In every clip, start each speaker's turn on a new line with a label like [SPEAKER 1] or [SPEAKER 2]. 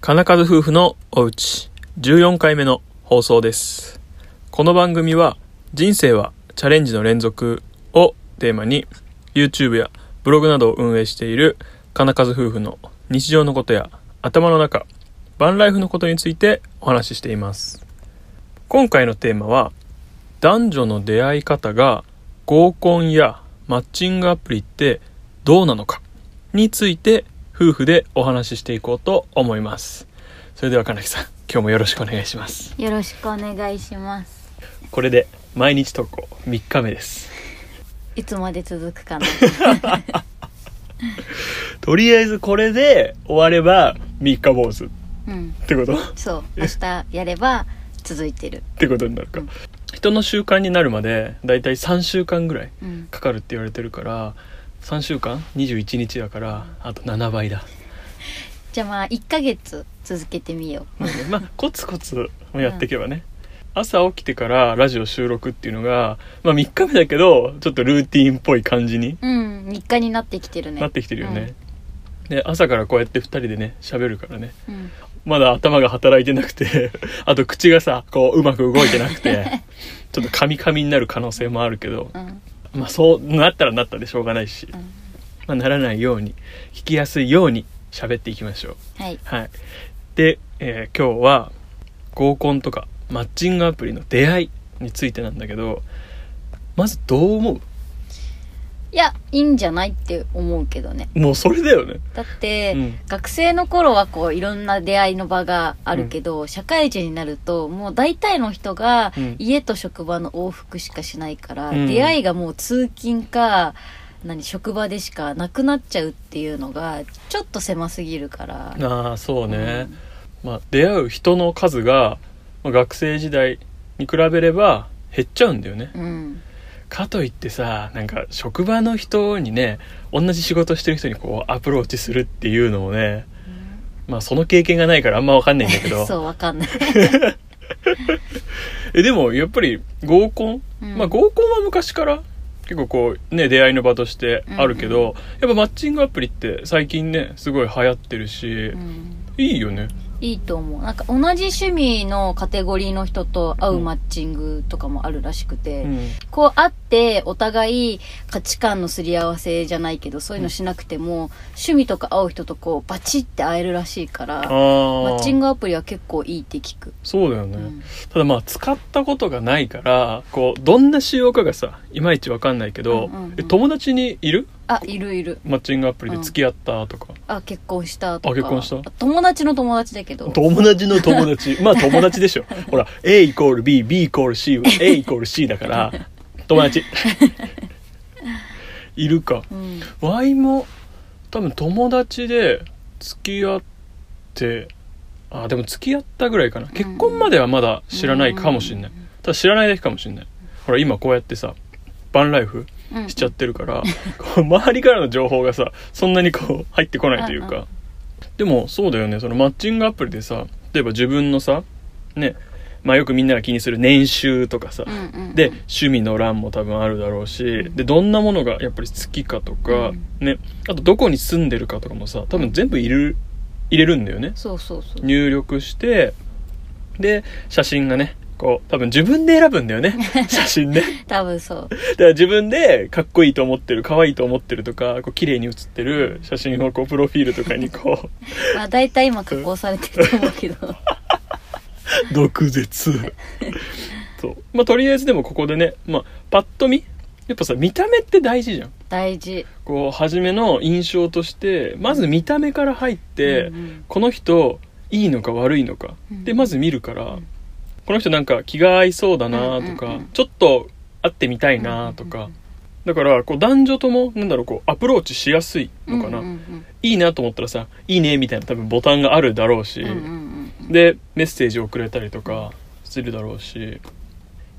[SPEAKER 1] 金和夫婦のおうち14回目の放送ですこの番組は「人生はチャレンジの連続」をテーマに YouTube やブログなどを運営している金和夫婦の日常のことや頭の中バンライフのことについてお話ししています今回のテーマは男女の出会い方が合コンやマッチングアプリってどうなのかについて夫婦でお話ししていこうと思いますそれでは金木さん今日もよろしくお願いします
[SPEAKER 2] よろしくお願いします
[SPEAKER 1] これで毎日投稿3日目です
[SPEAKER 2] いつまで続 くかな
[SPEAKER 1] とりあえずこれで終われば3日坊主っ
[SPEAKER 2] うん
[SPEAKER 1] てことっ
[SPEAKER 2] そう明日やれば続いてる
[SPEAKER 1] てことになるか人の習慣になるまでだいたい3週間ぐらい
[SPEAKER 2] うん
[SPEAKER 1] かかるって言われてるから3週間21日だからあと7倍だ
[SPEAKER 2] じゃあまあ1ヶ月続けてみよ
[SPEAKER 1] まあねまあコツコツやっていけばね、朝起きてからラジオ収録っていうのが、まあ、3日目だけどちょっとルーティンっぽい感じに
[SPEAKER 2] ううん日課になってきてるね
[SPEAKER 1] なってきてるよね、で朝からこうやって2人でね喋るからね
[SPEAKER 2] うん
[SPEAKER 1] まだ頭が働いてなくて あと口がさこううまく動いてなくてちょっとカミカミになる可能性もあるけど
[SPEAKER 2] う、ん
[SPEAKER 1] まあ、そうなったらなったでしょうがないし、
[SPEAKER 2] うん
[SPEAKER 1] まあ、ならないように聞きやすいように喋っていきましょう。
[SPEAKER 2] はい
[SPEAKER 1] はい、で、えー今日は合コンとかマッチングアプリの出会いについてなんだけどまずどう思
[SPEAKER 2] いやいいんじゃないって思うけどね
[SPEAKER 1] うもうそれだよね
[SPEAKER 2] だって、
[SPEAKER 1] うん
[SPEAKER 2] 学生の頃はこういろんな出会いの場があるけど、社会人になるともう大体の人が
[SPEAKER 1] うん
[SPEAKER 2] 家と職場の往復しかしないから、
[SPEAKER 1] うん
[SPEAKER 2] 出会いがもう通勤か何職場でしかなくなっちゃうっていうのがちょっと狭すぎるから。
[SPEAKER 1] ああそうね、まあ、出会う人の数が、まあ学生時代に比べれば減っちゃうんだよね
[SPEAKER 2] うん、うん
[SPEAKER 1] かといってさなんか職場の人にね同じ仕事してる人にこうアプローチするっていうのもねまあその経験がないからあんま分かんないんだけど
[SPEAKER 2] そうわかん ない、
[SPEAKER 1] えでもやっぱり合コン
[SPEAKER 2] うん
[SPEAKER 1] まあ合コンは昔から結構こうね出会いの場としてあるけど、やっぱマッチングアプリって最近ねすごい流行ってるし、
[SPEAKER 2] うん
[SPEAKER 1] いいよね
[SPEAKER 2] いいと思うなんか同じ趣味のカテゴリーの人と会うマッチングとかもあるらしくて、
[SPEAKER 1] うん
[SPEAKER 2] こうあってお互い価値観のすり合わせじゃないけどそういうのしなくても、趣味とか会う人とこうバチって会えるらしいか
[SPEAKER 1] あ
[SPEAKER 2] らマ
[SPEAKER 1] マ
[SPEAKER 2] ッチングアプリは結構いいって聞く、
[SPEAKER 1] そうだよね、
[SPEAKER 2] うん
[SPEAKER 1] ただまあ使ったことがないからこうどんな仕様かがさいまいちわかんないけど、
[SPEAKER 2] うんうんうん
[SPEAKER 1] え友達にいる
[SPEAKER 2] あいるいる
[SPEAKER 1] マッチングアプリで付き合ったとか、
[SPEAKER 2] あ結婚したとか
[SPEAKER 1] あ結婚した
[SPEAKER 2] 友達の友達だけど
[SPEAKER 1] 友達の友 達まあ友達でしょほら A イコール BB イコール C は A イコール C だから友 達いるか
[SPEAKER 2] うん
[SPEAKER 1] ワイも多分友達で付き合ってあでも付き合ったぐらいかな結婚まではまだ知らないかもしんない、ただ知らないだけかもしんないほら今こうやってさバンライフ
[SPEAKER 2] うん
[SPEAKER 1] しちゃってるから、こう周りからの情報がさそんなにこう入ってこないという
[SPEAKER 2] うんう
[SPEAKER 1] かでもそうだよねそのマッチングアプリでさ例えば自分のさねまあよくみんなが気にする年収とかさ、
[SPEAKER 2] うんうんうん
[SPEAKER 1] で趣味の欄も多分あるだろうし、
[SPEAKER 2] ん
[SPEAKER 1] でどんなものがやっぱり好きかとか、
[SPEAKER 2] うん
[SPEAKER 1] ねあとどこに住んでるかとかもさ多分全部入れる入れるんだよね
[SPEAKER 2] そうそうそう
[SPEAKER 1] 入力してで写真がねこう多分自分で選ぶんだよ ね写真ね
[SPEAKER 2] 多分そ
[SPEAKER 1] だ
[SPEAKER 2] う
[SPEAKER 1] から自分でかっこいいと思ってる可愛いと思ってるとかこう綺麗に写ってる写真をこうプロフィールとかにこ
[SPEAKER 2] まあ大体今加工されてると思う けど
[SPEAKER 1] う毒舌そうまあとりあえずでもここでね、まあ、パッと見やっぱさ見た目って大事じゃん
[SPEAKER 2] 大事
[SPEAKER 1] こう初めの印象としてまず見た目から入って、
[SPEAKER 2] うんうん
[SPEAKER 1] この人いいのか悪いのか、
[SPEAKER 2] うん
[SPEAKER 1] でまず見るから、
[SPEAKER 2] うん
[SPEAKER 1] この人なんか気が合いそうだなとか、
[SPEAKER 2] うんうんうん
[SPEAKER 1] ちょっと会ってみたいなとか、
[SPEAKER 2] うんうん
[SPEAKER 1] だからこう男女ともなんだろうこうアプローチしやすいのかな、
[SPEAKER 2] うんうん
[SPEAKER 1] いいなと思ったらさ「いいね」みたいな多分ボタンがあるだろうし、
[SPEAKER 2] うんうんうんうん
[SPEAKER 1] でメッセージをくれたりとかするだろうし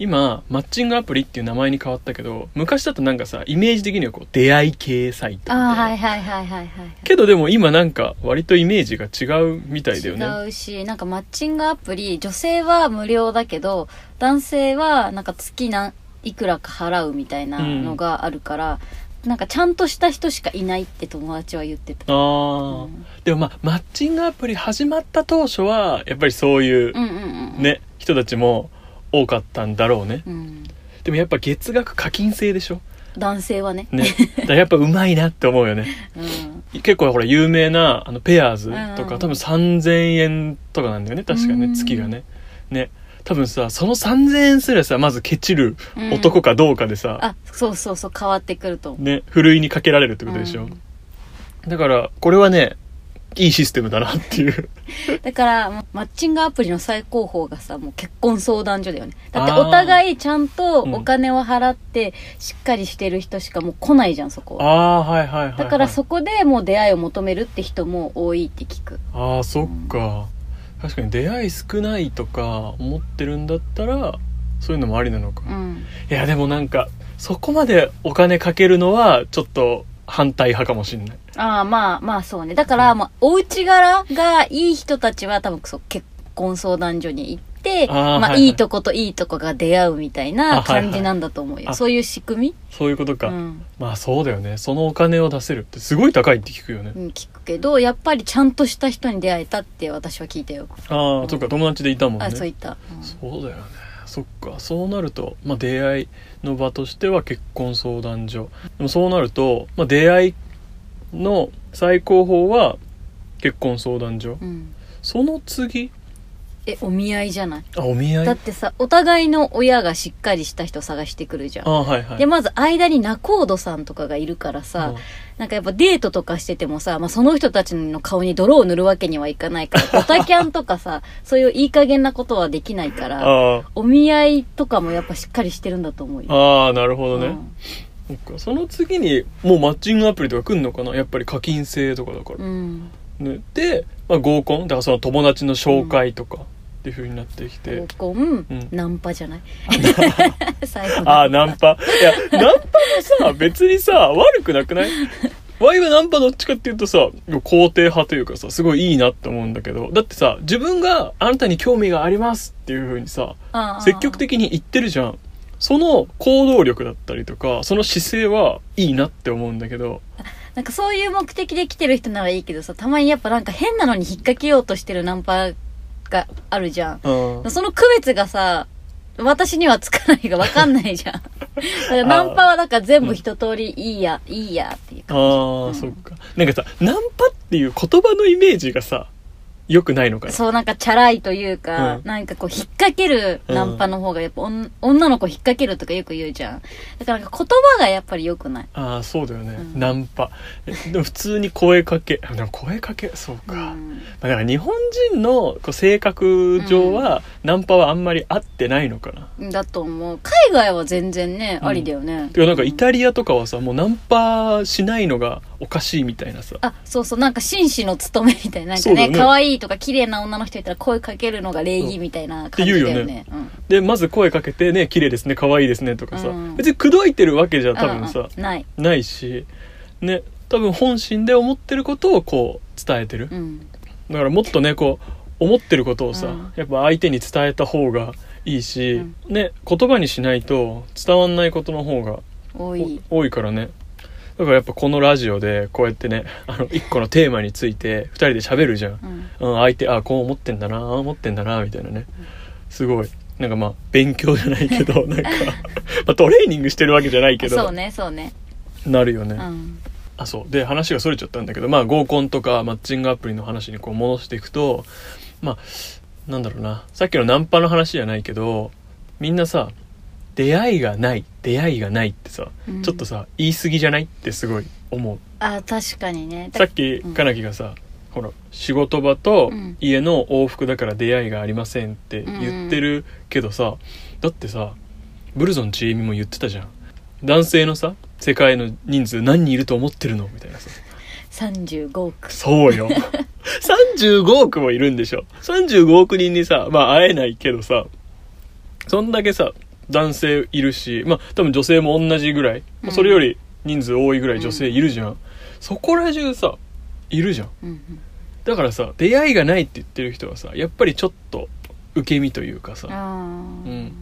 [SPEAKER 1] 今マッチングアプリっていう名前に変わったけど昔だとなんかさイメージ的にはこう出会い系サイトみたい
[SPEAKER 2] あ
[SPEAKER 1] な
[SPEAKER 2] あはいはいはいはいはい
[SPEAKER 1] けどでも今なんか割とイメージが違うみたいだよね
[SPEAKER 2] 違うしなんかマッチングアプリ女性は無料だけど男性はなんか月なんいくらか払うみたいなのがあるから、なんかちゃんとした人しかいないって友達は言ってた、
[SPEAKER 1] あー、
[SPEAKER 2] うん
[SPEAKER 1] でもまあマッチングアプリ始まった当初はやっぱりそういう
[SPEAKER 2] うんうんうん、
[SPEAKER 1] ね、人たちも多かったんだろうね
[SPEAKER 2] うん、
[SPEAKER 1] でもやっぱ月額課金制でしょ
[SPEAKER 2] 男性はね
[SPEAKER 1] ねだからやっぱうまいなって思うよね
[SPEAKER 2] うん
[SPEAKER 1] 結構ほら有名なあのペアーズと
[SPEAKER 2] うんう
[SPEAKER 1] か
[SPEAKER 2] ん
[SPEAKER 1] 多分3,000円とかなんだよね確か
[SPEAKER 2] う
[SPEAKER 1] ね
[SPEAKER 2] ん
[SPEAKER 1] 月がねね多分さその3,000円すらさまずケチる
[SPEAKER 2] うん
[SPEAKER 1] 男かどうかでさ、
[SPEAKER 2] あそうそうそう変わってくると思う
[SPEAKER 1] ねふるいにかけられるってことでしょ、
[SPEAKER 2] うん
[SPEAKER 1] だからこれはねいいシステムだなっていう
[SPEAKER 2] だからもうマッチングアプリの最高峰がさもう結婚相談所だよねだって
[SPEAKER 1] あー
[SPEAKER 2] お互いちゃんと
[SPEAKER 1] うん
[SPEAKER 2] お金を払ってしっかりしてる人しかもう来ないじゃんそこ
[SPEAKER 1] あ
[SPEAKER 2] は
[SPEAKER 1] あはいはいはい、はい、
[SPEAKER 2] だからそこでもう出会いを求めるって人も多いって聞く
[SPEAKER 1] あーそっか確かに出会い少ないとか思ってるんだったらそういうのもありなのか、
[SPEAKER 2] う
[SPEAKER 1] い
[SPEAKER 2] ん
[SPEAKER 1] やでもなんかそこまでお金かけるのはちょっと反対派かもしんない
[SPEAKER 2] ああまあまあそうねだからもうお家柄がいい人たちは多分そう結婚相談所に行って
[SPEAKER 1] あー
[SPEAKER 2] ま
[SPEAKER 1] はい
[SPEAKER 2] あ、い
[SPEAKER 1] はい
[SPEAKER 2] いとこといいとこが出会うみたい
[SPEAKER 1] あ
[SPEAKER 2] な
[SPEAKER 1] はいはい
[SPEAKER 2] 感じなんだと思うよ、
[SPEAKER 1] あ
[SPEAKER 2] そういう仕組み
[SPEAKER 1] そういうことか、
[SPEAKER 2] うん
[SPEAKER 1] まあそうだよねそのお金を出せるってすごい高いって聞くよね、
[SPEAKER 2] うん聞くけどやっぱりちゃんとした人に出会えたって私は聞いたよ、
[SPEAKER 1] ああそっか友達でいたもんね
[SPEAKER 2] あそういった、うん
[SPEAKER 1] そうだよねそっかそうなると、まあ、出会いの場としては結婚相談所でもそうなると、まあ、出会いの最高峰は結婚相談所
[SPEAKER 2] うん
[SPEAKER 1] その次
[SPEAKER 2] えお見合いじゃない
[SPEAKER 1] あお見合い
[SPEAKER 2] だってさお互いの親がしっかりした人探してくるじゃ
[SPEAKER 1] あ
[SPEAKER 2] ん
[SPEAKER 1] はいはい
[SPEAKER 2] でまず間に仲人さんとかがいるからさ、なんかやっぱデートとかしててもさ、まあ、その人たちの顔に泥を塗るわけにはいかない から、ドタキャンとかさ、そういういい加減なことはできないか
[SPEAKER 1] あ
[SPEAKER 2] ら、
[SPEAKER 1] ー
[SPEAKER 2] お見合いとかもやっぱしっかりしてるんだと思うよ。
[SPEAKER 1] あーなるほど
[SPEAKER 2] う
[SPEAKER 1] ね、
[SPEAKER 2] ん
[SPEAKER 1] そっかその次にもうマッチングアプリとか来んのかなやっぱり課金制とかだから、
[SPEAKER 2] うん。
[SPEAKER 1] ね、で、まあ、合コンだからその友達の紹介とかっていう風になってきて、
[SPEAKER 2] 合コン、
[SPEAKER 1] うん
[SPEAKER 2] ナンパじゃない 最後
[SPEAKER 1] あ
[SPEAKER 2] の
[SPEAKER 1] あ、ナンパ。いや、ナンパもさ、別にさ、悪くなくないワイはナンパどっちかっていうとさ、肯定派というかさ、すごいいいなって思うんだけど、だってさ、自分があなたに興味がありますっていう風にさ、
[SPEAKER 2] ああ
[SPEAKER 1] 積極的に言ってるじゃん。その行動力だったりとか、その姿勢はいいなって思うんだけど、
[SPEAKER 2] なんかそういう目的で来てる人ならいいけどさ、たまにやっぱなんか変なのに引っ掛けようとしてるナンパがあるじゃん。
[SPEAKER 1] うん。
[SPEAKER 2] その区別がさ、私にはつかないがわかんな いじゃん。だからナンパはなんか全部一通りいいや、いいやっていう
[SPEAKER 1] あ
[SPEAKER 2] か。
[SPEAKER 1] ー、そっか。なんかさ、ナンパっていう言葉のイメージがさ、良くないのかな。
[SPEAKER 2] そうなんかチャラいというか、
[SPEAKER 1] うん
[SPEAKER 2] なんかこう引っ掛けるナンパの方がやっぱ、おん女の子引っ掛けるとかよく言うじゃん。だからなんか言葉がやっぱり良くない。
[SPEAKER 1] ああそうだよね、
[SPEAKER 2] うん
[SPEAKER 1] ナンパえでも普通に声かけあでも声かけそうか、
[SPEAKER 2] う
[SPEAKER 1] ま
[SPEAKER 2] ん
[SPEAKER 1] あ、だから日本人のこう性格上は、ナンパはあんまり合ってないのかな
[SPEAKER 2] だと思う。海外は全然ね、
[SPEAKER 1] うん
[SPEAKER 2] ありだよね。
[SPEAKER 1] てかなんかイ
[SPEAKER 2] い。
[SPEAKER 1] タリアとかはさもうナンパしないのがおかしいみたいなさ
[SPEAKER 2] あ、そうそう、なんか紳士の務めみたいな。なんか
[SPEAKER 1] そうだよ
[SPEAKER 2] ね、
[SPEAKER 1] ね
[SPEAKER 2] 可、愛、いとか綺麗な女の人いたら声かけるのが礼儀みたいな感じだよね。
[SPEAKER 1] うんって言でまず声かけてね綺麗ですね可愛いですねとかさ、
[SPEAKER 2] うん
[SPEAKER 1] 別に口説いてるわけじゃ
[SPEAKER 2] うん
[SPEAKER 1] 多分さ、
[SPEAKER 2] うんない。
[SPEAKER 1] ないしね多分本心で思ってることをこう伝えてる
[SPEAKER 2] うん。
[SPEAKER 1] だからもっとねこう思ってることをさ、
[SPEAKER 2] うん
[SPEAKER 1] やっぱ相手に伝えた方がいいし、
[SPEAKER 2] うん
[SPEAKER 1] ね言葉にしないと伝わんないことの方が
[SPEAKER 2] 多
[SPEAKER 1] お
[SPEAKER 2] い。
[SPEAKER 1] 多いからねだからやっぱこのラジオでこうやってねあの一個のテーマについて二人で喋るじゃん、
[SPEAKER 2] うん。
[SPEAKER 1] うん、相手あこう思ってんだなああ思ってんだなみたいなねすごいなんかまあ勉強じゃないけ どなんか、まあ、トレーニングしてるわけじゃないけど
[SPEAKER 2] そうね、そうね。
[SPEAKER 1] なるよね、
[SPEAKER 2] うん。
[SPEAKER 1] あそうで話がそれちゃったんだけど、まあ、合コンとかマッチングアプリの話にこう戻していくとまあなんだろうなさっきのナンパの話じゃないけどみんなさ出会いがない出会いがないってさ、
[SPEAKER 2] うん
[SPEAKER 1] ちょっとさ言い過ぎじゃないってすごい思う
[SPEAKER 2] あ、確かにね。
[SPEAKER 1] さっき
[SPEAKER 2] うん
[SPEAKER 1] かなきがさ、ほら仕事場と
[SPEAKER 2] うん
[SPEAKER 1] 家の往復だから出会いがありませんって言ってるけどさ、だってさブルゾンちえみも言ってたじゃん男性のさ世界の人数何人いると思ってるのみたいなさ
[SPEAKER 2] 35億。
[SPEAKER 1] そう よ。35億もいるんでしょ。35億人にさ、まあ会えないけどさ、そんだけさ、男性いるし、まあ多分女性も同じぐらい、まあそれより人数多いぐらい女性いるじゃん。そこら中さ、いるじゃん。
[SPEAKER 2] うんうん
[SPEAKER 1] だからさ、出会いがないって言ってる人はさ、やっぱりちょっと受け身というかさ、
[SPEAKER 2] あー
[SPEAKER 1] うん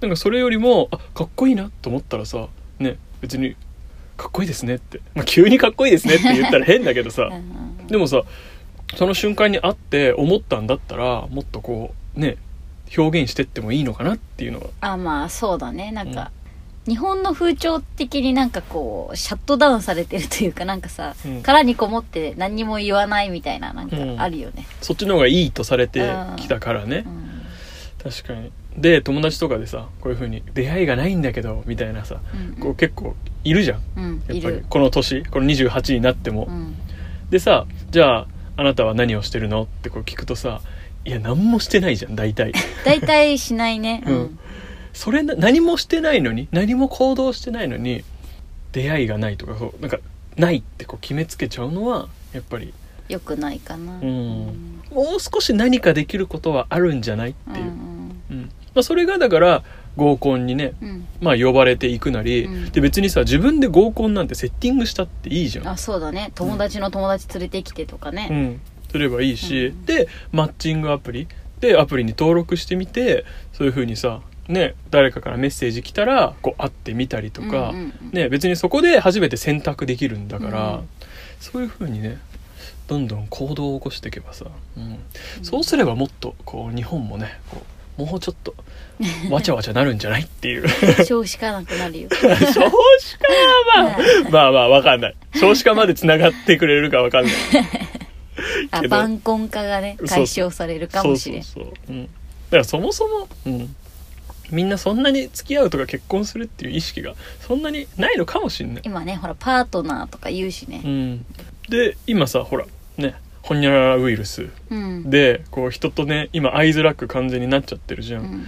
[SPEAKER 1] なんかそれよりもあかっこいいなと思ったらさね別にかっこいいですねって、まあ、急にかっこいいですねって言ったら変だけど さ
[SPEAKER 2] うんうん
[SPEAKER 1] でもさその瞬間に会って思ったんだったらもっとこうね表現してってもいいのかなっていうのは
[SPEAKER 2] あまあそうだねなんか、日本の風潮的になんかこうシャットダウンされてるというかなんかさ、
[SPEAKER 1] うん
[SPEAKER 2] 殻にこもって何にも言わないみたいななんかあるよね、
[SPEAKER 1] そっちの方がいいとされてきたからね
[SPEAKER 2] うん
[SPEAKER 1] 確かにで友達とかでさこういう風に出会いがないんだけどみたいなさ
[SPEAKER 2] うん
[SPEAKER 1] こう結構いるじゃん
[SPEAKER 2] うん
[SPEAKER 1] やっ
[SPEAKER 2] い
[SPEAKER 1] ぱり
[SPEAKER 2] る、
[SPEAKER 1] この年この28になっても、
[SPEAKER 2] うん、
[SPEAKER 1] でさじゃああなたは何をしてるのってこう聞くとさいや何もしてないじゃん大体
[SPEAKER 2] 大体しないね、
[SPEAKER 1] う
[SPEAKER 2] うんん
[SPEAKER 1] それな何もしてないのに何も行動してないのに出会いがないとかそうなんかないってこう決めつけちゃうのはやっぱり
[SPEAKER 2] よくないかな、
[SPEAKER 1] んもう少し何かできることはあるんじゃないっていう、
[SPEAKER 2] うん
[SPEAKER 1] うんまあ、それがだから合コンにね
[SPEAKER 2] うんうん
[SPEAKER 1] まあ呼ばれていくなり、
[SPEAKER 2] うん
[SPEAKER 1] で別にさ自分で合コンなんてセッティングしたっていいじゃん
[SPEAKER 2] あそうだね友達の友達連れてきてとか
[SPEAKER 1] う
[SPEAKER 2] ね、
[SPEAKER 1] ん、すればいいし、
[SPEAKER 2] うん
[SPEAKER 1] でマッチングアプリでアプリに登録してみてそういう風にさね誰かからメッセージ来たらこう会ってみたりとか、
[SPEAKER 2] うんうんうん
[SPEAKER 1] ね、別にそこで初めて選択できるんだから、
[SPEAKER 2] うん
[SPEAKER 1] そういう風にねどんどん行動を起こしていけばさ、うん
[SPEAKER 2] うん
[SPEAKER 1] そうすればもっとこう日本もねこうもうちょっとわちゃわちゃなるんじゃないっていう
[SPEAKER 2] 少子化なく なるよ、
[SPEAKER 1] 少子化はまあ まあまあわかんない少子化までつながってくれるかわかんない
[SPEAKER 2] あ
[SPEAKER 1] けど
[SPEAKER 2] 晩婚化がね
[SPEAKER 1] そう
[SPEAKER 2] 解消されるかもしれん
[SPEAKER 1] そうそうそう、うん、だからそもそも、うん、みんなそんなに付き合うとか結婚するっていう意識がそんなにないのかもしんない、
[SPEAKER 2] 今ねほらパートナーとか言うしね
[SPEAKER 1] うん、で今さほらねほにゃららウイルス
[SPEAKER 2] うん
[SPEAKER 1] でこう人とね今会いづらく完全になっちゃってるじゃ、
[SPEAKER 2] うんん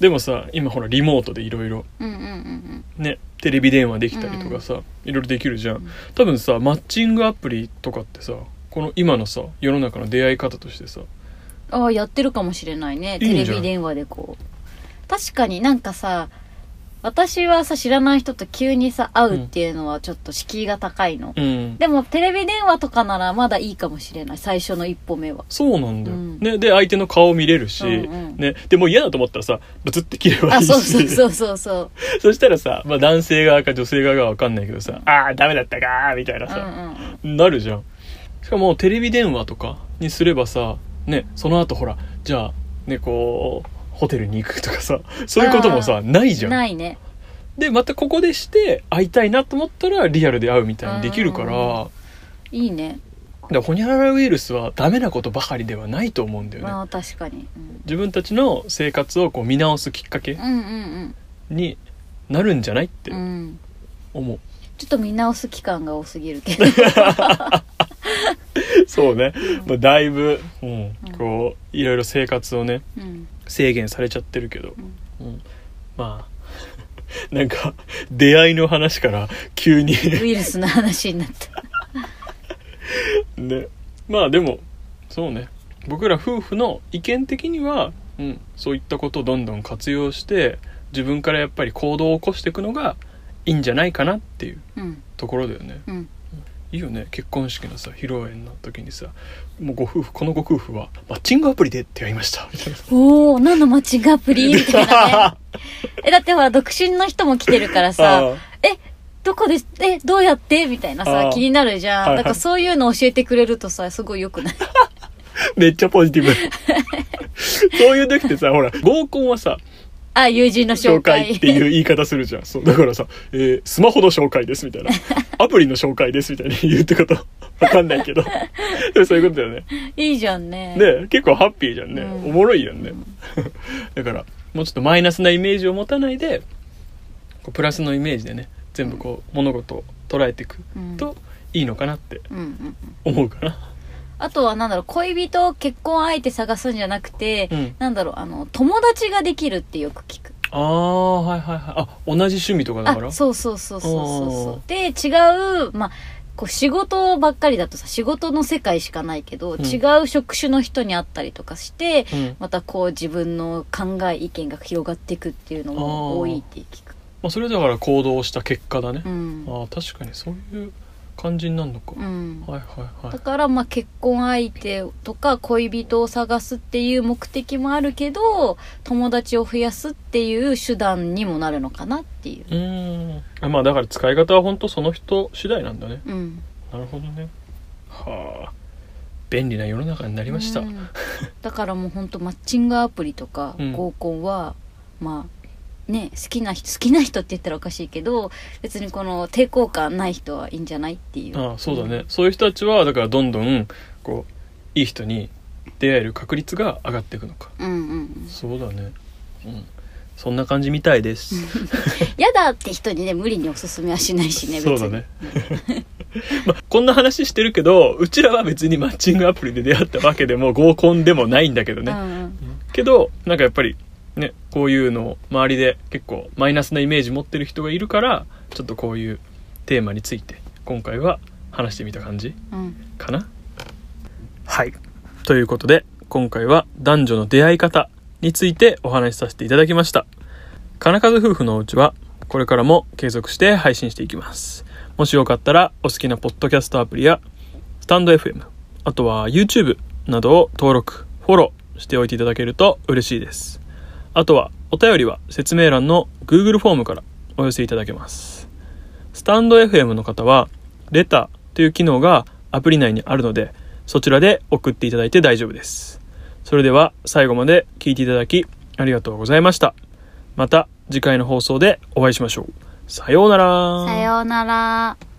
[SPEAKER 1] でもさ今ほらリモートでいろいろ
[SPEAKER 2] うんうんうん
[SPEAKER 1] ねテレビ電話できたりとかさいろいろできるじゃん多分さマッチングアプリとかってさこの今のさ世の中の出会い方としてさ
[SPEAKER 2] ああやってるかもしれないね
[SPEAKER 1] いいん
[SPEAKER 2] テ
[SPEAKER 1] じゃな
[SPEAKER 2] レ
[SPEAKER 1] い
[SPEAKER 2] ビ電話でこう確かになんかさ私はさ知らない人と急にさ会うっていうのはちょっと敷居が高いの、
[SPEAKER 1] うん
[SPEAKER 2] でもテレビ電話とかならまだいいかもしれない最初の一歩目 は
[SPEAKER 1] そうなんだよ、
[SPEAKER 2] うん
[SPEAKER 1] ね、で相手の顔見れるし、
[SPEAKER 2] うんうん
[SPEAKER 1] ね、でもう嫌だと思ったらさブツって切ればい
[SPEAKER 2] あ
[SPEAKER 1] いし
[SPEAKER 2] そうそう
[SPEAKER 1] そ
[SPEAKER 2] そうそうそう
[SPEAKER 1] したらさ、まあ、男性側か女性側が分かんないけどさ「ああダメだったかー」みたいな
[SPEAKER 2] うんう
[SPEAKER 1] さ、
[SPEAKER 2] ん
[SPEAKER 1] なるじゃんしかもテレビ電話とかにすればさ、ね、その後ほらじゃあねこうホテルに行くとかさそういうこともさ
[SPEAKER 2] あ
[SPEAKER 1] ないじゃん
[SPEAKER 2] ないね
[SPEAKER 1] でまたここでして会いたいなと思ったらリアルで会うみたいにできるから、
[SPEAKER 2] うんいいね
[SPEAKER 1] だからホニャララウイルスはダメなことばかりではないと思うんだよね
[SPEAKER 2] まあ確かに、うん、
[SPEAKER 1] 自分たちの生活をこう見直すきっかけ
[SPEAKER 2] うんうん
[SPEAKER 1] になるんじゃないって
[SPEAKER 2] うんうん
[SPEAKER 1] 思う、
[SPEAKER 2] ちょっと見直す期間が多すぎるけど
[SPEAKER 1] そうね、まあ、だいぶ、うん
[SPEAKER 2] うん
[SPEAKER 1] こういろいろ生活をね
[SPEAKER 2] うん
[SPEAKER 1] 制限されちゃってるけど
[SPEAKER 2] う、ん
[SPEAKER 1] うんまあ なんか出会いの話から急に
[SPEAKER 2] ウイルスの話になった
[SPEAKER 1] ねまあでもそうね僕ら夫婦の意見的には、うん、そういったことをどんどん活用して自分からやっぱり行動を起こしていくのがいいんじゃないかなっていう
[SPEAKER 2] うん
[SPEAKER 1] ところだよね。
[SPEAKER 2] うん
[SPEAKER 1] いいよね結婚式のさ披露宴の時にさもうご夫婦このご夫婦はマッチングアプリで出会いましたみたいな
[SPEAKER 2] おお何のマッチングアプリみた いなねえだってほら独身の人も来てるからさ
[SPEAKER 1] あ
[SPEAKER 2] えどこでえどうやってみたいな
[SPEAKER 1] あ
[SPEAKER 2] さ
[SPEAKER 1] ー
[SPEAKER 2] 気になるじゃん、
[SPEAKER 1] はいはい
[SPEAKER 2] だからそういうの教えてくれるとさすごいよくない
[SPEAKER 1] ーめっちゃポジティ ブそういう時ってさほら合コンはさ
[SPEAKER 2] あ友人の
[SPEAKER 1] 紹
[SPEAKER 2] 紹
[SPEAKER 1] 介
[SPEAKER 2] 介
[SPEAKER 1] っていう言い方するじゃんそうだからさ、えースマホの紹介ですみたい なアプリの紹介ですみたいに言うってこと わかんないけどでもそういうことだよね
[SPEAKER 2] いいじゃんね
[SPEAKER 1] ね結構ハッピーじゃんね、
[SPEAKER 2] うん
[SPEAKER 1] おもろいやんね だからもうちょっとマイナスなイメージを持たないでこうプラスのイメージでね全部こう物事を捉えていく
[SPEAKER 2] うん
[SPEAKER 1] といいのかなって
[SPEAKER 2] うんうん
[SPEAKER 1] 思うかな、
[SPEAKER 2] あとはなんだろう恋人結婚相手探すんじゃなくて、
[SPEAKER 1] うん
[SPEAKER 2] なんだろうあの友達ができるってよく聞く
[SPEAKER 1] ああはいはいはいあ同じ趣味とかだから
[SPEAKER 2] あそうそうそうそうそ
[SPEAKER 1] お
[SPEAKER 2] うそうで違うまあこう仕事ばっかりだとさ仕事の世界しかないけど、
[SPEAKER 1] ん
[SPEAKER 2] 違う職種の人に会ったりとかして、
[SPEAKER 1] うん
[SPEAKER 2] またこう自分の考え意見が広がっていくっていうのも多いって聞く
[SPEAKER 1] まあ、それだから行動した結果だね、
[SPEAKER 2] うん
[SPEAKER 1] あー確かにそういう感じになるのか、
[SPEAKER 2] うん
[SPEAKER 1] はいはいは
[SPEAKER 2] だ
[SPEAKER 1] い
[SPEAKER 2] からまあ結婚相手とか恋人を探すっていう目的もあるけど友達を増やすっていう手段にもなるのかなっていう
[SPEAKER 1] うーんあまあだから使い方は本当その人次第なんだね
[SPEAKER 2] うん
[SPEAKER 1] なるほどねはあ便利な世の中になりました、
[SPEAKER 2] うんだからもう本当マッチングアプリとか
[SPEAKER 1] うん
[SPEAKER 2] 合コンは、まあね好きな人好きな人って言ったらおかしいけど別にこの抵抗感ない人はいいんじゃないっていう
[SPEAKER 1] ああそうだね、そういう人たちはだからどんどんこういい人に出会える確率が上がっていくのか
[SPEAKER 2] うんうんうん
[SPEAKER 1] そうだねうんそんな感じみたいです
[SPEAKER 2] 嫌だって人にね無理におすすめはしないしね別
[SPEAKER 1] そう
[SPEAKER 2] に
[SPEAKER 1] だね まあこんな話してるけどうちらは別にマッチングアプリで出会ったわけでも合コンでもないんだけど
[SPEAKER 2] うんう
[SPEAKER 1] ね、
[SPEAKER 2] ん
[SPEAKER 1] けどなんかやっぱりねこういうのを周りで結構マイナスなイメージ持ってる人がいるからちょっとこういうテーマについて今回は話してみた感じ
[SPEAKER 2] うん
[SPEAKER 1] かなはいということで今回は男女の出会い方についてお話しさせていただきました金数夫婦のおうちはこれからも継続して配信していきますもしよかったらお好きなポッドキャストアプリやスタンド FM あとは YouTube などを登録フォローしておいていただけると嬉しいですあとはお便りは説明欄の Google フォームからお寄せいただけますスタンド FM の方はレターという機能がアプリ内にあるのでそちらで送っていただいて大丈夫ですそれでは最後まで聞いていただきありがとうございましたまた次回の放送でお会いしましょうさようなら
[SPEAKER 2] さようなら